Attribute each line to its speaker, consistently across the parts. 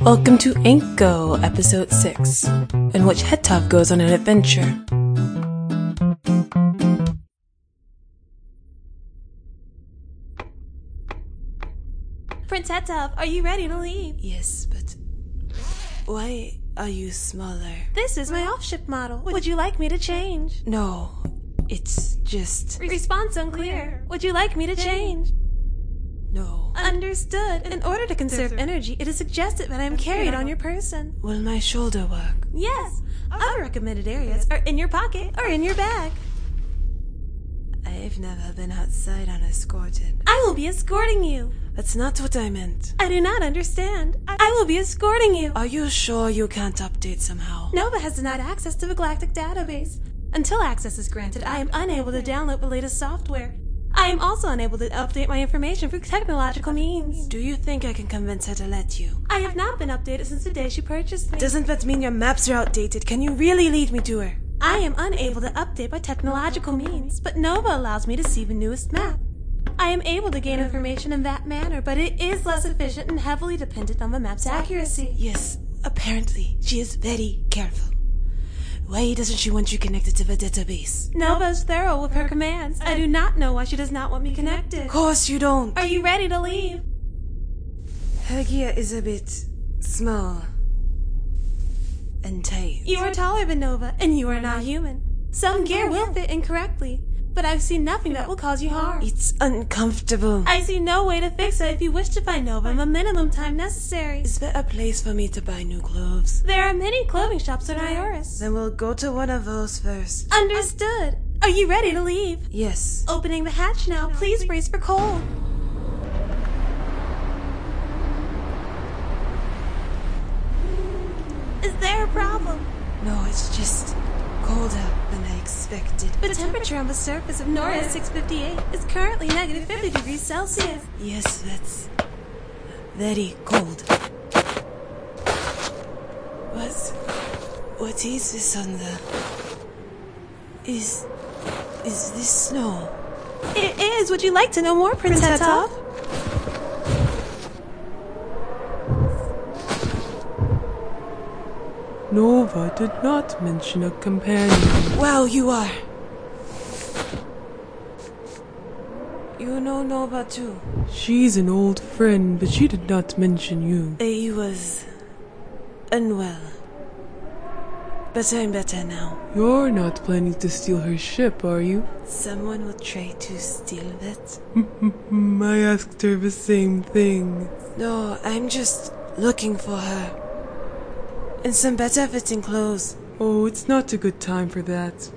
Speaker 1: Welcome to Inko, Episode 6, in which Hetov goes on an adventure.
Speaker 2: Prince Hetov, are you ready to leave?
Speaker 1: Yes, but why are you smaller?
Speaker 2: This is my off-ship model. Would you like me to change?
Speaker 1: No, it's just
Speaker 2: Response unclear. Would you like me to change?
Speaker 1: no.
Speaker 2: Understood. In order to conserve energy, it is suggested that I am carried on your person.
Speaker 1: Will my shoulder work?
Speaker 2: Yes. Other recommended areas are in your pocket or in your bag.
Speaker 1: I've never been outside unescorted.
Speaker 2: I will be escorting you.
Speaker 1: That's not what I meant.
Speaker 2: I do not understand. I will be escorting you.
Speaker 1: Are you sure you can't update somehow?
Speaker 2: Nova has denied access to the Galactic Database. Until access is granted, I am unable to download the latest software. I am also unable to update my information through technological means.
Speaker 1: Do you think I can convince her to let you?
Speaker 2: I have not been updated since the day she purchased me.
Speaker 1: Doesn't that mean your maps are outdated? Can you really lead me to her?
Speaker 2: I am unable to update by technological means, but Nova allows me to see the newest map. I am able to gain information in that manner, but it is less efficient and heavily dependent on the map's accuracy.
Speaker 1: Yes, apparently she is very careful. Why doesn't she want you connected to the database?
Speaker 2: Nova is thorough with her commands. I do not know why she does not want me connected.
Speaker 1: Of course you don't.
Speaker 2: Are you ready to leave?
Speaker 1: Her gear is a bit small and tight.
Speaker 2: You are taller than Nova, and you are not human. Some gear will fit incorrectly, but I've seen nothing that will cause you harm.
Speaker 1: It's uncomfortable.
Speaker 2: I see no way to fix it if you wish to find Nova in the minimum time necessary.
Speaker 1: Is there a place for me to buy new clothes?
Speaker 2: There are many clothing shops in Ioris.
Speaker 1: Then we'll go to one of those first.
Speaker 2: Understood. Are you ready to leave?
Speaker 1: Yes.
Speaker 2: Opening the hatch now. Please brace for cold. Is there a problem?
Speaker 1: No, it's just colder than I expected.
Speaker 2: The temperature on the surface of Nora 658 is currently negative 50 degrees Celsius.
Speaker 1: Yes, that's very cold. What? What is this on the? Is is this snow?
Speaker 2: It is. Would you like to know more, Prince Hetov?
Speaker 3: Nova did not mention a companion.
Speaker 1: Wow, you are. You know Nova too.
Speaker 3: She's an old friend, but she did not mention you.
Speaker 1: He was unwell, but I'm better now.
Speaker 3: You're not planning to steal her ship, are you?
Speaker 1: Someone will try to steal it.
Speaker 3: Hmm, I asked her the same thing.
Speaker 1: No, I'm just looking for her. In some better fitting clothes.
Speaker 3: Oh, it's not a good time for that.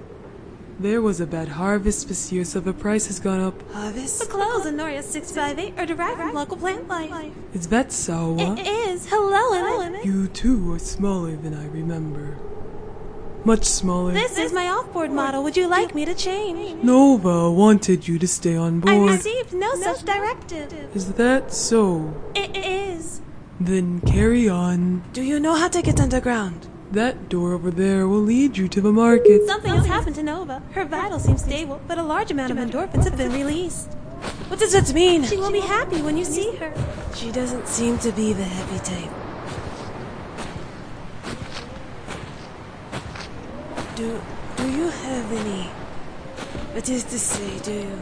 Speaker 3: There was a bad harvest this year, so the price has gone up.
Speaker 2: The
Speaker 1: Harvest?
Speaker 2: clothes in Noria 658 are derived from local plant life.
Speaker 3: Is that Sawa?
Speaker 2: It is. Hello, Ellen.
Speaker 3: You too are smaller than I remember. Much smaller.
Speaker 2: This is my offboard model. Would you like me to change?
Speaker 3: Nova wanted you to stay on
Speaker 2: I
Speaker 3: board.
Speaker 2: received no such directive.
Speaker 3: Is that so?
Speaker 2: It is.
Speaker 3: Then carry on.
Speaker 1: Do you know how to get underground?
Speaker 3: That door over there will lead you to the market.
Speaker 2: Something has happened to Nova. Her vitals seem stable, but a large amount of endorphins have been released.
Speaker 1: What does that mean?
Speaker 2: She will be happy when you see her.
Speaker 1: She doesn't seem to be the heavy type. Do do you have any? That is to say, do you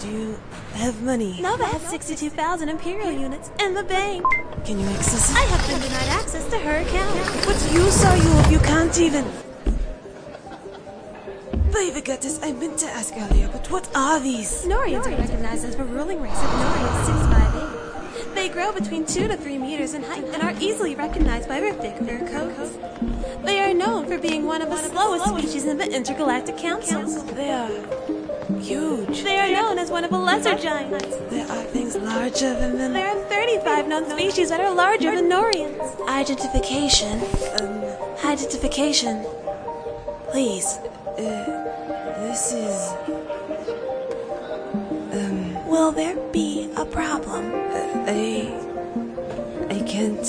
Speaker 1: do you have money?
Speaker 2: Nova has 62,000 Imperial units in the bank.
Speaker 1: Can you access
Speaker 2: I
Speaker 1: it?
Speaker 2: have been denied access to her account.
Speaker 1: What use are you if you can't even? By the goddess, I meant to ask earlier, but what are these?
Speaker 2: Norians are recognized as the ruling race of Noria 658. They grow between 2 to 3 meters in height and are easily recognized by their thick fur coats. They are known for being one of the slowest species in the Intergalactic Council.
Speaker 1: They are huge.
Speaker 2: They are known as one of the lesser giants.
Speaker 1: There are things larger than them.
Speaker 2: There are 35 known species that are larger than Norians.
Speaker 1: Identification. Um, identification. Please. Uh, this is. Um. Will there be a problem? I. I can't.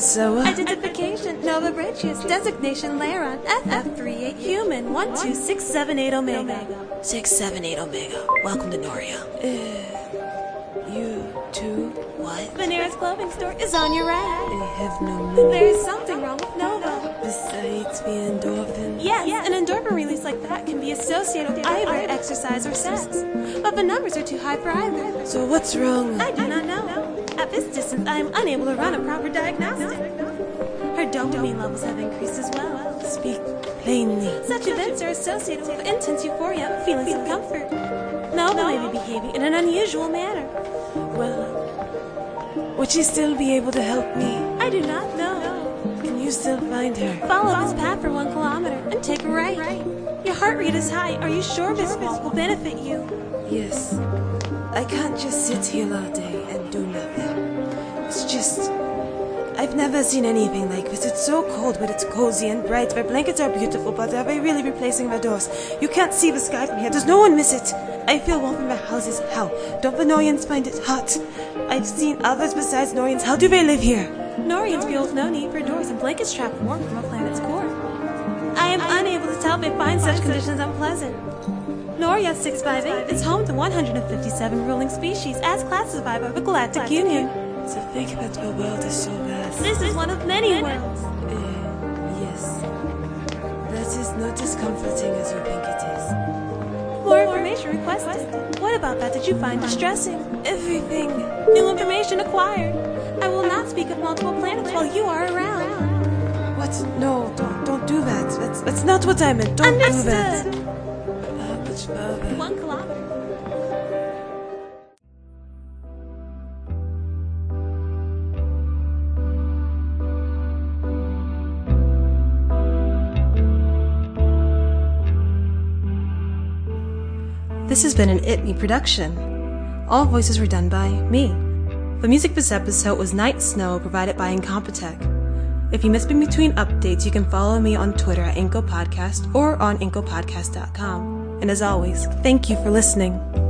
Speaker 1: So. Uh,
Speaker 2: Identification Nova Britius. Designation Laron. FF38 Human 12678 Omega.
Speaker 1: Six seven eight Omega. Welcome to Noria. Uh, Eh, you Two? What?
Speaker 2: Venera's clothing store is on your right.
Speaker 1: They have no
Speaker 2: There
Speaker 1: money.
Speaker 2: is something wrong with Nova.
Speaker 1: Besides being endorphin.
Speaker 2: Yes, an endorphin release like that can be associated with either exercise or sex. But the numbers are too high for either.
Speaker 1: So what's wrong?
Speaker 2: I do not know. At this distance, I am unable to run a proper diagnostic. Her dopamine levels have increased as well.
Speaker 1: Speak plainly.
Speaker 2: Such events are associated with intense euphoria, feelings of comfort. Nova may be behaving in an unusual manner.
Speaker 1: Well, would she still be able to help me?
Speaker 2: I do not know.
Speaker 1: Can you still find her?
Speaker 2: Follow this path for one kilometer and take a right. Your heart rate is high. Are you sure this walk will benefit you?
Speaker 1: Yes. I can't just sit here all day and do nothing. It's just. I've never seen anything like this. It's so cold, but it's cozy and bright. My blankets are beautiful, but are they really replacing my doors? You can't see the sky from here. Does no one miss it? I feel warm in my house is hell. Don't the Noyans find it hot? I've seen others besides Noyans. How do they live here?
Speaker 2: Norians feel no need for doors and blankets trap warmth from a planet's core. I am unable to tell if they find such conditions unpleasant. Noria 658 is home to 157 ruling species as classified by the Galactic Union.
Speaker 1: To think that the world is so vast.
Speaker 2: This is one of many worlds.
Speaker 1: Uh, yes. That is not as comforting as you think it is.
Speaker 2: More information requested. What about that did you find distressing?
Speaker 1: Everything.
Speaker 2: New information acquired. I will not speak of multiple planets while you are around.
Speaker 1: What? No, don't, don't do that. That's, that's not what I meant. Don't do that.
Speaker 2: Understood.
Speaker 1: How much further?
Speaker 2: One kilometer.
Speaker 4: This has been an It Me production. All voices were done by me. The music for this episode was Night Snow, provided by Incompetech. If you miss me between updates, you can follow me on Twitter at IncoPodcast or on IncoPodcast.com. And as always, thank you for listening.